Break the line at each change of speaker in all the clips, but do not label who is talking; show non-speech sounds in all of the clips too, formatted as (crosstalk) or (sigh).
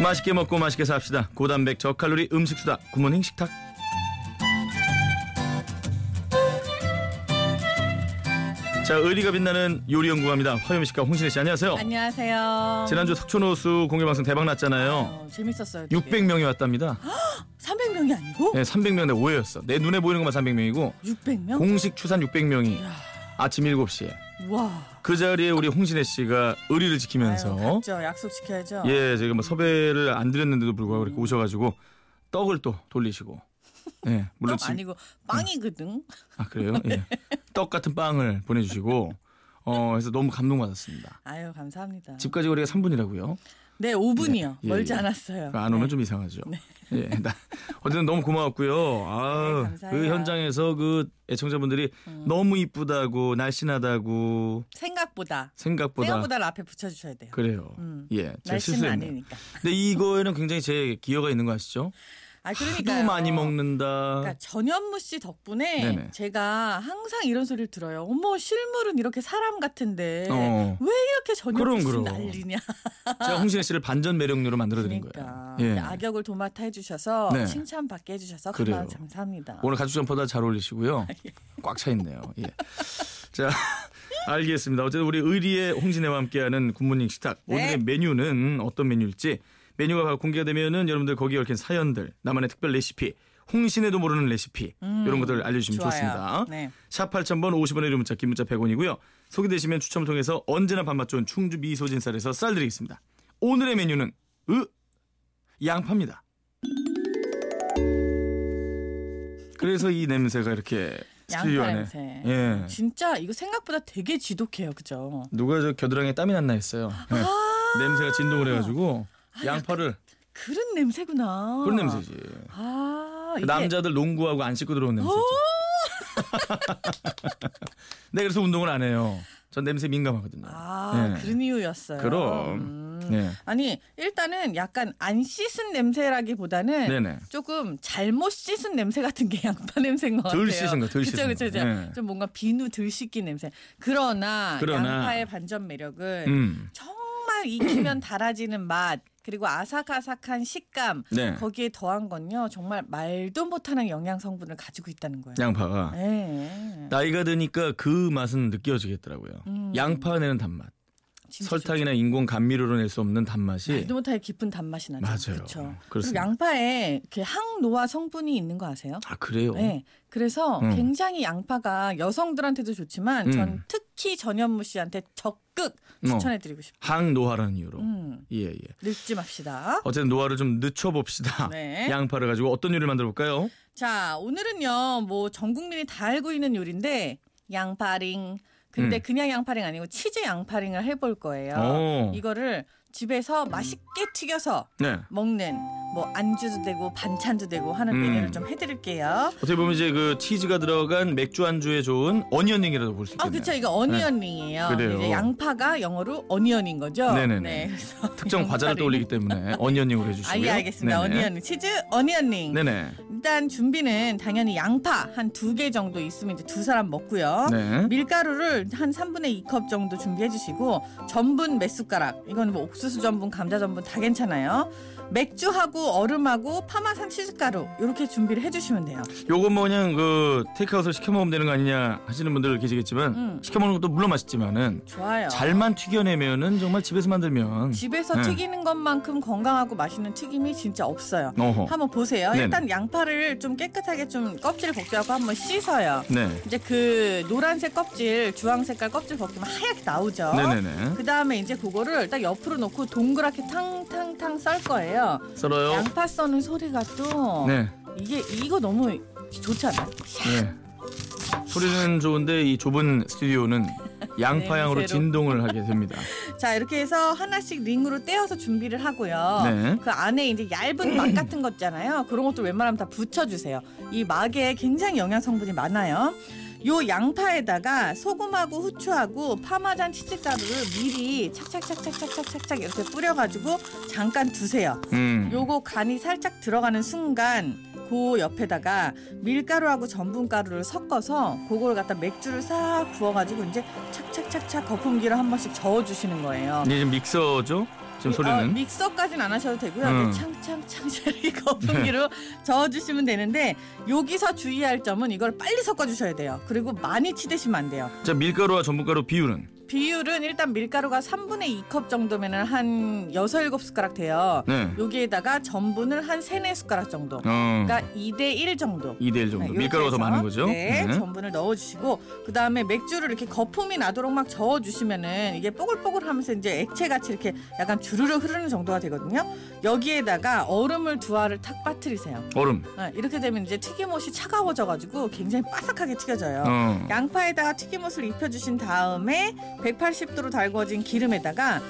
맛있게 먹고 맛있게 삽시다. 고단백 저칼로리 음식 수다. 구모닝 식탁. 자, 의리가 빛나는 요리 연구합니다. 화요미 씨과 홍신혜 씨 안녕하세요.
안녕하세요.
어. 지난주 석촌호수 공개방송 대박 났잖아요.
어, 재밌었어요.
600명이 왔답니다.
300명이 아니고
네, 300명인데 오해였어. 내 눈에 보이는 것만 300명이고
600명?
공식 추산 600명이 아침 7시에
우와.
그 자리에 우리 홍신혜 씨가 의리를 지키면서
그렇죠. 약속 지켜야죠.
예, 제가 뭐 섭외를 안 드렸는데도 불구하고 이렇게 오셔가지고 떡을 또
(laughs)
돌리시고, 예, 물론
떡
지,
아니고 빵이거든.
아 그래요,
(laughs)
예, 떡 같은 빵을 보내주시고, 어, 그래서 너무 감동받았습니다.
아유 감사합니다.
집까지 거리가 3분이라고요.
네 5분이요.
예,
멀지
예.
않았어요. 네.
안 오면 좀 이상하죠. 예, 나 어쨌든 너무 고마웠고요.
네,
아,
감사해요. 음.
그 현장에서 그 애청자분들이 너무 이쁘다고 날씬하다고
생각보다
생각보다
생각보다 앞에 붙여주셔야 돼요.
그래요.
음.
예, 제가
날씨는
실수했네요.
아니니까.
근데 이거에는 굉장히 제 기여가 있는 거 아시죠?
아
하도
그러니까
많이 먹는다.
그러니까 전현무 씨 덕분에
네네.
제가 항상 이런 소리를 들어요. 어머 실물은 이렇게 사람 같은데
어.
(laughs) 왜 이렇게 전현무
그럼,
씨
그럼.
난리냐?
제가 홍신혜 씨를 반전 매력녀로 만들어드린
그러니까
거예요. 예.
악역을 도맡아 해주셔서
네.
칭찬받게 해주셔서
그래요.
그만 감사합니다.
오늘 가죽 점퍼다 잘 어울리시고요.
(laughs)
꽉 차 있네요. 예. 자, (laughs) 알겠습니다. 어쨌든 우리 의리의 홍신혜와 함께하는 굿모닝 식탁
네.
오늘의 메뉴는 어떤 메뉴일지 메뉴가 바로 공개가 되면은 여러분들 거기에 얽힌 사연들 나만의 특별 레시피 홍신혜도 모르는 레시피 이런 것들 알려주시면
음, 좋아요.
좋습니다.
네.
샵 8000번 50원의 이름 문자 긴 문자 100원이고요. 소개되시면 추첨을 통해서 언제나 밥맛 좋은 충주 미소진 쌀에서 쌀 드리겠습니다. 오늘의 메뉴는 으 양파입니다. 그래서 이 냄새가 이렇게 스튜디오
양파
안에
냄새.
예.
진짜 이거 생각보다 되게 지독해요, 그죠? 아,
누가 저 겨드랑이에 땀이 났나 했어요. 예. 냄새가 진동을 해가지고 양파를
그런 냄새구나.
그런 냄새지.
아,
그
이게
남자들 농구하고 안 씻고 들어온 냄새죠. (laughs) 네, 그래서 운동을 안 해요. 전 냄새 민감하거든요.
아
예.
그런 이유였어요.
그럼.
음.
네.
아니 일단은 약간 안 씻은 냄새라기보다는
네네.
조금 잘못 씻은 냄새 같은 게 (laughs) 양파 냄새인 것 같아요.
덜 씻은 거, 덜 씻은 거.
그쵸, 그쵸, 그쵸.
네.
좀 뭔가 비누 덜 씻기 냄새. 그러나,
그러나.
양파의 반전 매력은
음.
정말 익히면 (clears throat) 달아지는 맛 그리고 아삭아삭한 식감
네.
거기에 더한 건요 정말 말도 못하는 영양 성분을 가지고 있다는 거예요.
양파가
예.
나이가 드니까 그 맛은 느껴지겠더라고요.
음.
양파 내는 단맛,
진짜
설탕이나 인공 감미료로 낼 수 없는
좋죠.
단맛이
말도 못하게 깊은 단맛이 나죠.
맞아요.
그렇죠. 그리고
그렇습니다.
양파에 그 항노화 성분이 있는 거 아세요?
아 그래요.
네. 그래서
음.
굉장히 양파가 여성들한테도 좋지만
음.
전 특히 전현무 씨한테 적극 추천해드리고 싶어요.
항노화라는 이유로.
음.
예 예.
늙지 맙시다.
어쨌든 노화를 좀 늦춰봅시다.
네.
양파를 가지고 어떤 요리를 만들어 볼까요?
자, 오늘은요, 뭐, 전 국민이 다 알고 있는 요리인데, 양파링. 근데
음.
그냥 양파링 아니고 치즈 양파링을 해볼 거예요.
오.
이거를 집에서 맛있게 튀겨서
네.
먹는, 뭐, 안주도 되고, 반찬도 되고 하는
음.
메뉴를 좀 해드릴게요.
어떻게 보면 이제 그 치즈가 들어간 맥주 안주에 좋은 어니언링이라도 볼 수
아,
있겠네요.
그쵸. 이거 어니언링이에요.
네. 그래요.
이제 양파가 영어로 어니언인 거죠.
네네네. (laughs)
그래서
특정 과자를
양파링.
떠올리기 때문에 어니언링으로 해주시고요.
아, 예, 알겠습니다.
네네.
어니언링. 치즈 어니언링.
네네.
일단 준비는 당연히 양파 한 두 개 정도 있으면 이제 두 사람 먹고요.
네.
밀가루를 한 3분의 2컵 정도 준비해 주시고 전분 몇 숟가락 이건 뭐 옥수수 전분 감자 전분 다 괜찮아요 맥주하고 얼음하고 파마산 치즈가루 이렇게 준비를 해 주시면 돼요
요건 뭐 그냥 그 테이크아웃을 시켜 먹으면 되는 거 아니냐 하시는 분들 계시겠지만
음.
시켜 먹는 것도 물론 맛있지만은
좋아요
잘만 튀겨내면은 정말 집에서 만들면
집에서
네.
튀기는 것만큼 건강하고 맛있는 튀김이 진짜 없어요
어허.
한번 보세요
네네.
일단 양파를 좀 깨끗하게 좀 껍질 벗겨하고 한번 씻어요
네.
이제 그 노란색 껍질 주황색깔 껍질 벗기면 하얗게 나오죠
네네네.
그 다음에 이제 그거를 딱 옆으로 놓고 동그랗게 탕탕탕 썰 거예요.
썰어요.
양파 어. 써는 소리가 또
네. 이게
이게 이거 너무 좋지 않아요?
네. 소리는 좋은데 이 좁은
(laughs)
스튜디오는 양파향으로
냄새로.
진동을 하게 됩니다.
(laughs) 자 이렇게 해서 하나씩 링으로 떼어서 준비를 하고요.
네.
그 안에 이제 얇은 막 같은 거 있잖아요. 그런 것도 웬만하면 다 붙여주세요. 이 막에 굉장히 영양 성분이 많아요. 요 양파에다가 소금하고 후추하고 파마산 치즈가루를 미리 착착착착착착착착 이렇게 뿌려가지고 잠깐 두세요.
음.
요거 간이 살짝 들어가는 순간 그 옆에다가 밀가루하고 전분가루를 섞어서 그걸 갖다 맥주를 싹 부어가지고 이제 착착착착 거품기로 한 번씩 저어주시는 거예요.
이게 지금 믹서죠? 지금
이- 어,
네, 소리는
믹서까지는 안 하셔도 되고요.
음.
그 창창창
(laughs)
자리 거품기로 저어주시면 되는데 여기서 주의할 점은 이걸 빨리 섞어주셔야 돼요. 그리고 많이 치대시면 안 돼요.
자 밀가루와 전분가루 비율은
비율은 일단 밀가루가 3분의 2컵 정도면 한 6, 7숟가락 돼요.
네.
여기에다가 전분을 한 3, 4숟가락 정도.
어.
그러니까 2대1 정도.
2대1 정도.
네, 이렇게
밀가루가 더
해서,
많은 거죠?
네,
네.
전분을 넣어주시고 그 다음에 맥주를 이렇게 거품이 나도록 막 저어주시면은 이게 뽀글뽀글하면서 이제 액체같이 이렇게 약간 주르르 흐르는 정도가 되거든요. 여기에다가 얼음을 두 알을 탁 빠뜨리세요.
얼음.
네, 이렇게 되면 이제 튀김옷이 차가워져가지고 굉장히 바삭하게 튀겨져요.
어.
양파에다가 튀김옷을 입혀주신 다음에 180도로 달궈진 기름에다가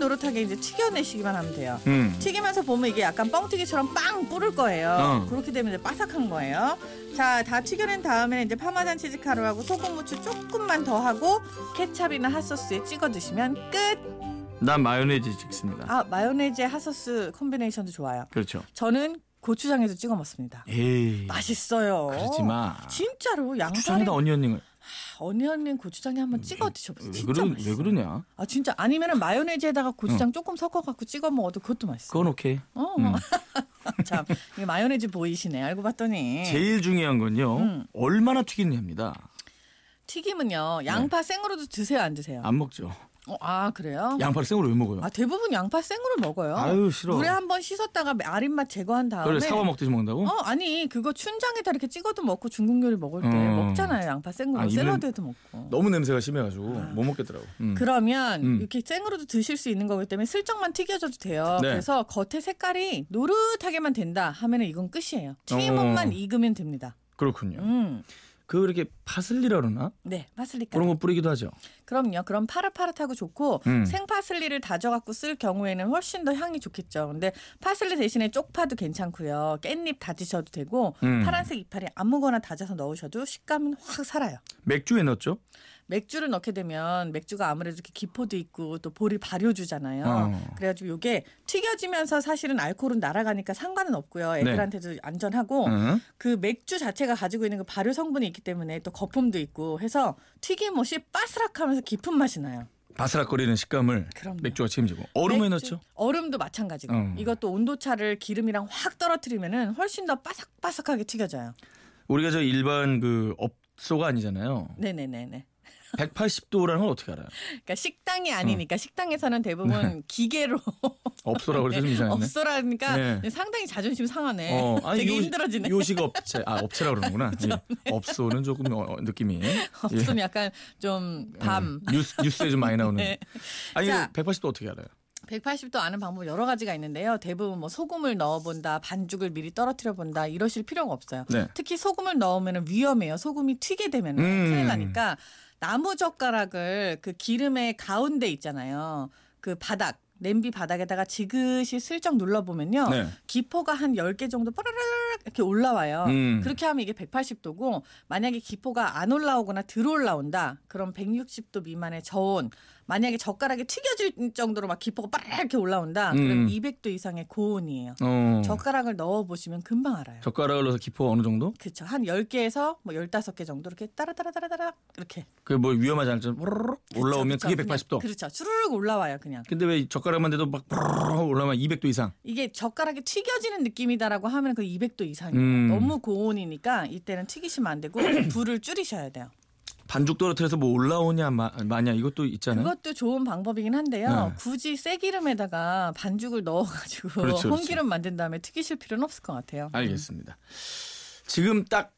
노릇노릇하게 이제 튀겨내시기만 하면 돼요.
음.
튀기면서 보면 이게 약간 뻥튀기처럼 빵 뿌릴 거예요.
어.
그렇게 되면 이제 바삭한 거예요. 자, 다 튀겨낸 다음에 이제 파마산 치즈가루하고 소금 무추 조금만 더 하고 케찹이나 핫소스에 찍어 드시면 끝.
난 마요네즈 찍습니다.
아, 마요네즈에 핫소스 콤비네이션도 좋아요.
그렇죠.
저는 고추장에도 찍어 먹습니다.
에이.
맛있어요.
예. 그러지 마. 아,
진짜로 양파에
추천이다 어. 언니 언니가.
언니 언니 고추장에 한번 찍어 드셔보세요.
왜,
진짜
그러,
맛있어요.
왜 그러냐?
아 진짜 아니면은 마요네즈에다가 고추장 조금 섞어갖고 찍어 먹어도 그것도 맛있어.
그건 오케이.
어.
음.
(laughs) 참 이게 마요네즈 보이시네. 알고 봤더니
제일 중요한 건요.
음.
얼마나 튀기느냐입니다.
튀김은요
네.
양파 생으로도 드세요 안 드세요?
안 먹죠.
어, 아 그래요?
양파를 생으로 왜 먹어요?
아 대부분 양파 생으로 먹어요.
아유, 싫어.
물에 한번 씻었다가 아린 맛 제거한 다음에
그걸 사과 먹듯이 먹는다고?
어 아니 그거 춘장에다 이렇게 찍어도 먹고 중국 요리 먹을 때
음.
먹잖아요 양파 생으로
아, 입에는-
샐러드에도 먹고.
너무 냄새가 심해가지고 못 먹겠더라고. 음.
그러면
음.
이렇게 생으로도 드실 수 있는 거기 때문에 슬쩍만 튀겨줘도 돼요.
네.
그래서 겉에 색깔이 노릇하게만 된다 하면은 이건 끝이에요. 튀김옷만
어.
익으면 됩니다.
그렇군요.
음,
그 이렇게 파슬리라 그러나?
네, 파슬리카.
그런 거 뿌리기도 하죠.
그럼요. 그럼 파릇파릇하고 좋고
음.
생파슬리를 다져갖고 쓸 경우에는 훨씬 더 향이 좋겠죠. 근데 파슬리 대신에 쪽파도 괜찮고요. 깻잎 다지셔도 되고
음.
파란색 이파리 아무거나 다져서 넣으셔도 식감은 확 살아요.
맥주에 넣었죠?
맥주를 넣게 되면 맥주가 아무래도 이렇게 기포도 있고 또 볼이 발효주잖아요.
어.
그래가지고 이게 튀겨지면서 사실은 알코올은 날아가니까 상관은 없고요.
네. 음.
애들한테도 안전하고
응.
그 맥주 자체가 가지고 있는 그 발효 성분이 있기 때문에 또 거품도 있고 해서 튀김옷이 바스락하면서 깊은 맛이 나요.
바스락거리는 식감을
그럼요.
맥주가 책임지고 얼음에
맥주,
넣었죠?
얼음도 마찬가지고
음.
이것도 온도차를 기름이랑 확 떨어뜨리면은 훨씬 더 바삭바삭하게 튀겨져요.
우리가 저 일반 그 업소가 아니잖아요.
네네네네.
180도라는 걸 어떻게 알아요?
그러니까 식당이
어.
아니니까 식당에서는
네.
대부분 기계로
업소라고 그래서 좀 이상했네.
없어라니까
네. 어,
상당히 자존심 상하네. 되게 힘들어지네.
요식 업체, 아 업체라 그러는구나. 예. 업소는 조금 어, 느낌이.
(laughs) 없으면 약간 좀 밤.
예. 뉴스 뉴스에 좀 많이 나오는.
네.
아니
자.
180도 어떻게 알아요?
180도 아는 방법 여러 가지가 있는데요. 대부분 뭐 소금을 넣어본다, 반죽을 미리 떨어뜨려 본다 이러실 필요가 없어요.
네.
특히 소금을 넣으면 위험해요. 소금이 튀게 되면
음.
큰일 나니까 나무 젓가락을 그 기름의 가운데 있잖아요. 그 바닥. 냄비 바닥에다가 지그시 슬쩍 눌러보면요.
네.
기포가 한 10개 정도 빠라라락 이렇게 올라와요.
음.
그렇게 하면 이게 180도고 만약에 기포가 안 올라오거나 들어올라온다. 그럼 160도 미만의 저온. 만약에 젓가락이 튀겨질 정도로 막 기포가 빠르게 이렇게 올라온다.
음.
그럼 200도 이상의 고온이에요.
어.
젓가락을 넣어 보시면 금방 알아요.
젓가락을 넣어서 기포 어느 정도?
그렇죠. 한 10개에서 뭐 15개 정도 이렇게 따라따라따라따라 이렇게
그 뭐 위험하지 않죠? 뽀로록 올라오면
그쵸,
그게
그냥,
180도.
그렇죠. 주르륵 올라와요, 그냥.
근데 왜 젓가락만 돼도 막 뽀로록 올라오면 200도 이상?
이게 젓가락이 튀겨지는 느낌이다라고 하면 그 200도 이상이에요.
음.
너무 고온이니까 이때는 튀기시면 안 되고 (clears throat) 불을 줄이셔야 돼요.
반죽 떨어뜨려서 뭐 올라오냐 마, 마냐 이것도 있잖아요.
그것도 좋은 방법이긴 한데요.
네.
굳이 새기름에다가 반죽을 넣어가지고
그렇죠, 그렇죠.
홍기름 만든 다음에 튀기실 필요는 없을 것 같아요.
알겠습니다. 지금 딱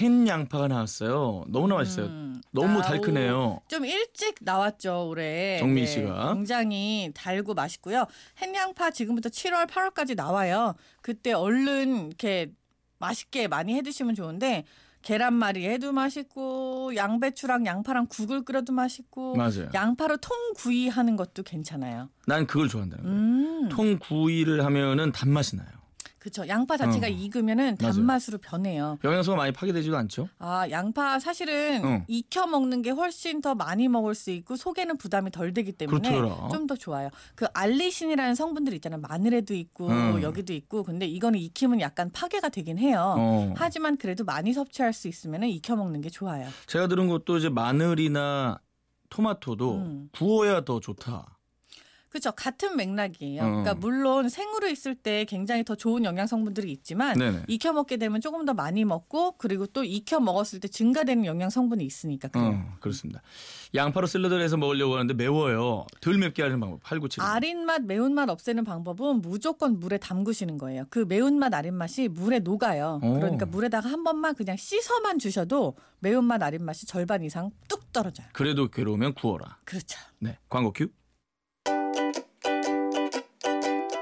hen 양파가 나왔어요. 너무나 맛있어요.
음,
너무
아우.
달큰해요.
좀 일찍 나왔죠 올해. 네,
정민 씨가.
굉장히 달고 맛있고요. 햇양파 지금부터 7월, 8월까지 나와요. 그때 얼른 이렇게 맛있게 많이 해드시면 좋은데 계란말이 해도 맛있고 양배추랑 양파랑 국을 끓여도 맛있고
맞아요.
양파로 통구이 하는 것도 괜찮아요.
난 그걸 좋아한다는 거예요.
음.
통구이를 하면은 단맛이 나요.
그렇죠. 양파 자체가
어.
익으면은
맞아요.
단맛으로 변해요.
영양소가 많이 파괴되지도 않죠.
아, 양파 사실은
응.
익혀 먹는 게 훨씬 더 많이 먹을 수 있고 속에는 부담이 덜 되기 때문에
그렇죠, 그렇더라.
좀 더 좋아요. 그 알리신이라는 성분들 있잖아요. 마늘에도 있고
응.
여기도 있고. 근데 이거는 익히면 약간 파괴가 되긴 해요.
어.
하지만 그래도 많이 섭취할 수 있으면은 익혀 먹는 게 좋아요.
제가 들은 것도 이제 마늘이나 토마토도
음.
구워야 더 좋다.
그렇죠. 같은 맥락이에요.
어.
그러니까 물론 생으로 있을 때 굉장히 더 좋은 영양 성분들이 있지만
네네.
익혀 먹게 되면 조금 더 많이 먹고 그리고 또 익혀 먹었을 때 증가되는 영양 성분이 있으니까 그래요.
어, 그렇습니다. 양파로 샐러드를 해서 먹으려고 하는데 매워요. 덜 맵게 하는 방법 8979.
아린 맛, 매운 맛 없애는 방법은 무조건 물에 담그시는 거예요. 그 매운 맛, 아린 맛이 물에 녹아요.
오.
그러니까 물에다가 한 번만 그냥 씻어만 주셔도 매운 맛, 아린 맛이 절반 이상 뚝 떨어져요.
그래도 괴로우면 구워라.
그렇죠.
네, 광고 큐.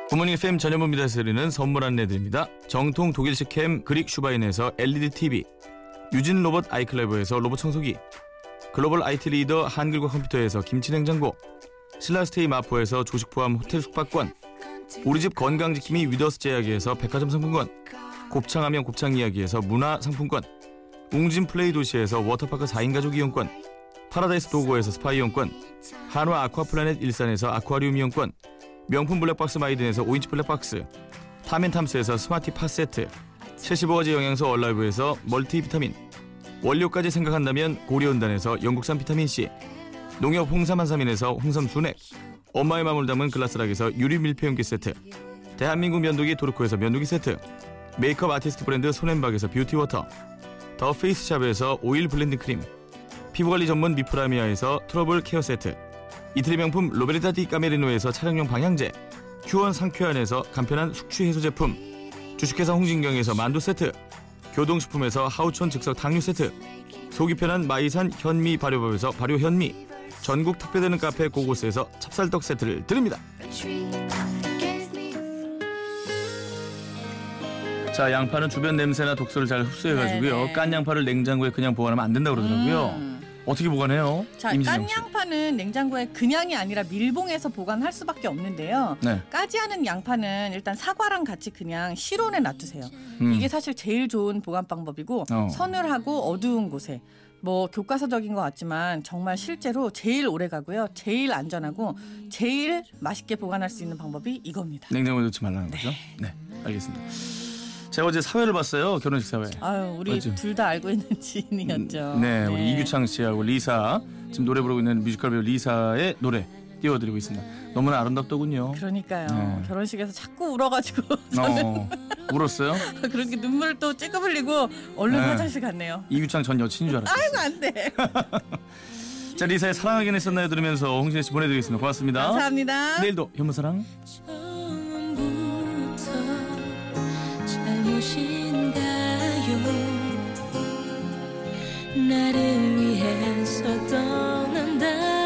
부모님 FM 전현무입니다. 드리는 선물 안내드립니다. 정통 독일식 캠 그릭 슈바인에서 LED TV, 유진 로봇 아이클레버에서 로봇 청소기, 글로벌 IT 리더 한글과 컴퓨터에서 김치냉장고, 신라스테이 마포에서 조식 포함 호텔 숙박권, 우리 집 건강지킴이 위더스 제약에서 백화점 상품권, 곱창하면 곱창 이야기에서 문화 상품권, 웅진 플레이 도시에서 워터파크 4인 가족 이용권, 파라다이스 도고에서 스파 이용권, 한화 아쿠아플라넷 일산에서 아쿠아리움 이용권, 명품 블랙박스 마이든에서 5인치 블랙박스, 타멘탐스에서 스마티 팟세트, 75가지 영양소 얼라이브에서 멀티비타민, 원료까지 생각한다면 고려온단에서 영국산 비타민C, 농협 홍삼한삼인에서 홍삼순액, 엄마의 마음을 담은 글라스락에서 유리 밀폐용기 세트, 대한민국 면도기 도르코에서 면도기 세트, 메이크업 아티스트 브랜드 손앤박에서 뷰티워터, 더 페이스샵에서 오일 블렌딩 크림, 피부관리 전문 미프라미아에서 트러블 케어 세트 이태리 명품 로베르타 디 까메리노에서 차량용 방향제 큐원 상쾌한에서 간편한 숙취 해소 제품 주식회사 홍진경에서 만두 세트 교동식품에서 하우촌 즉석 당류 세트 속이 편한 마이산 현미 발효법에서 발효 현미 전국 특별되는 카페 고고스에서 찹쌀떡 세트를 드립니다 자 양파는 주변 냄새나 독소를 잘 흡수해가지고요
네네.
깐 양파를 냉장고에 그냥 보관하면 안 된다고 그러더라고요 어떻게 보관해요?
음. 자,
임진영 씨.
깐양파는 냉장고에 그냥이 아니라 밀봉해서 보관할 수밖에 없는데요.
네.
까지 하는 양파는 일단 사과랑 같이 그냥 실온에 놔두세요.
음.
이게 사실 제일 좋은 보관 방법이고
어.
서늘하고 어두운 곳에 뭐 교과서적인 것 같지만 정말 실제로 제일 오래 가고요. 제일 안전하고 제일 맛있게 보관할 수 있는 방법이 이겁니다.
냉장고에 넣지 말라는 거죠? 네. 알겠습니다. 제가 어제 사회를 봤어요. 결혼식 사회.
아유, 우리
맞죠.
둘 다 알고 있는 (laughs) 지인이었죠.
네, 우리 이규창 씨하고 리사 지금 노래 부르고 있는 뮤지컬 배우 리사의 노래 띄워드리고 있습니다. 너무나 아름답더군요.
그러니까요.
네.
결혼식에서 자꾸 울어가지고 (laughs)
어, 울었어요?
그렇게 눈물 또 찔끔 흘리고 얼른
네.
화장실 갔네요.
이규창 전 여친인 줄 알았어요.
아이고 안 돼.
자, 리사의 사랑하긴 했었나요 들으면서 홍진혜 씨 보내드리겠습니다. 고맙습니다.
감사합니다.
내일도 현무사랑.
처음부터 잘 모신다요 나를 위해서 떠난다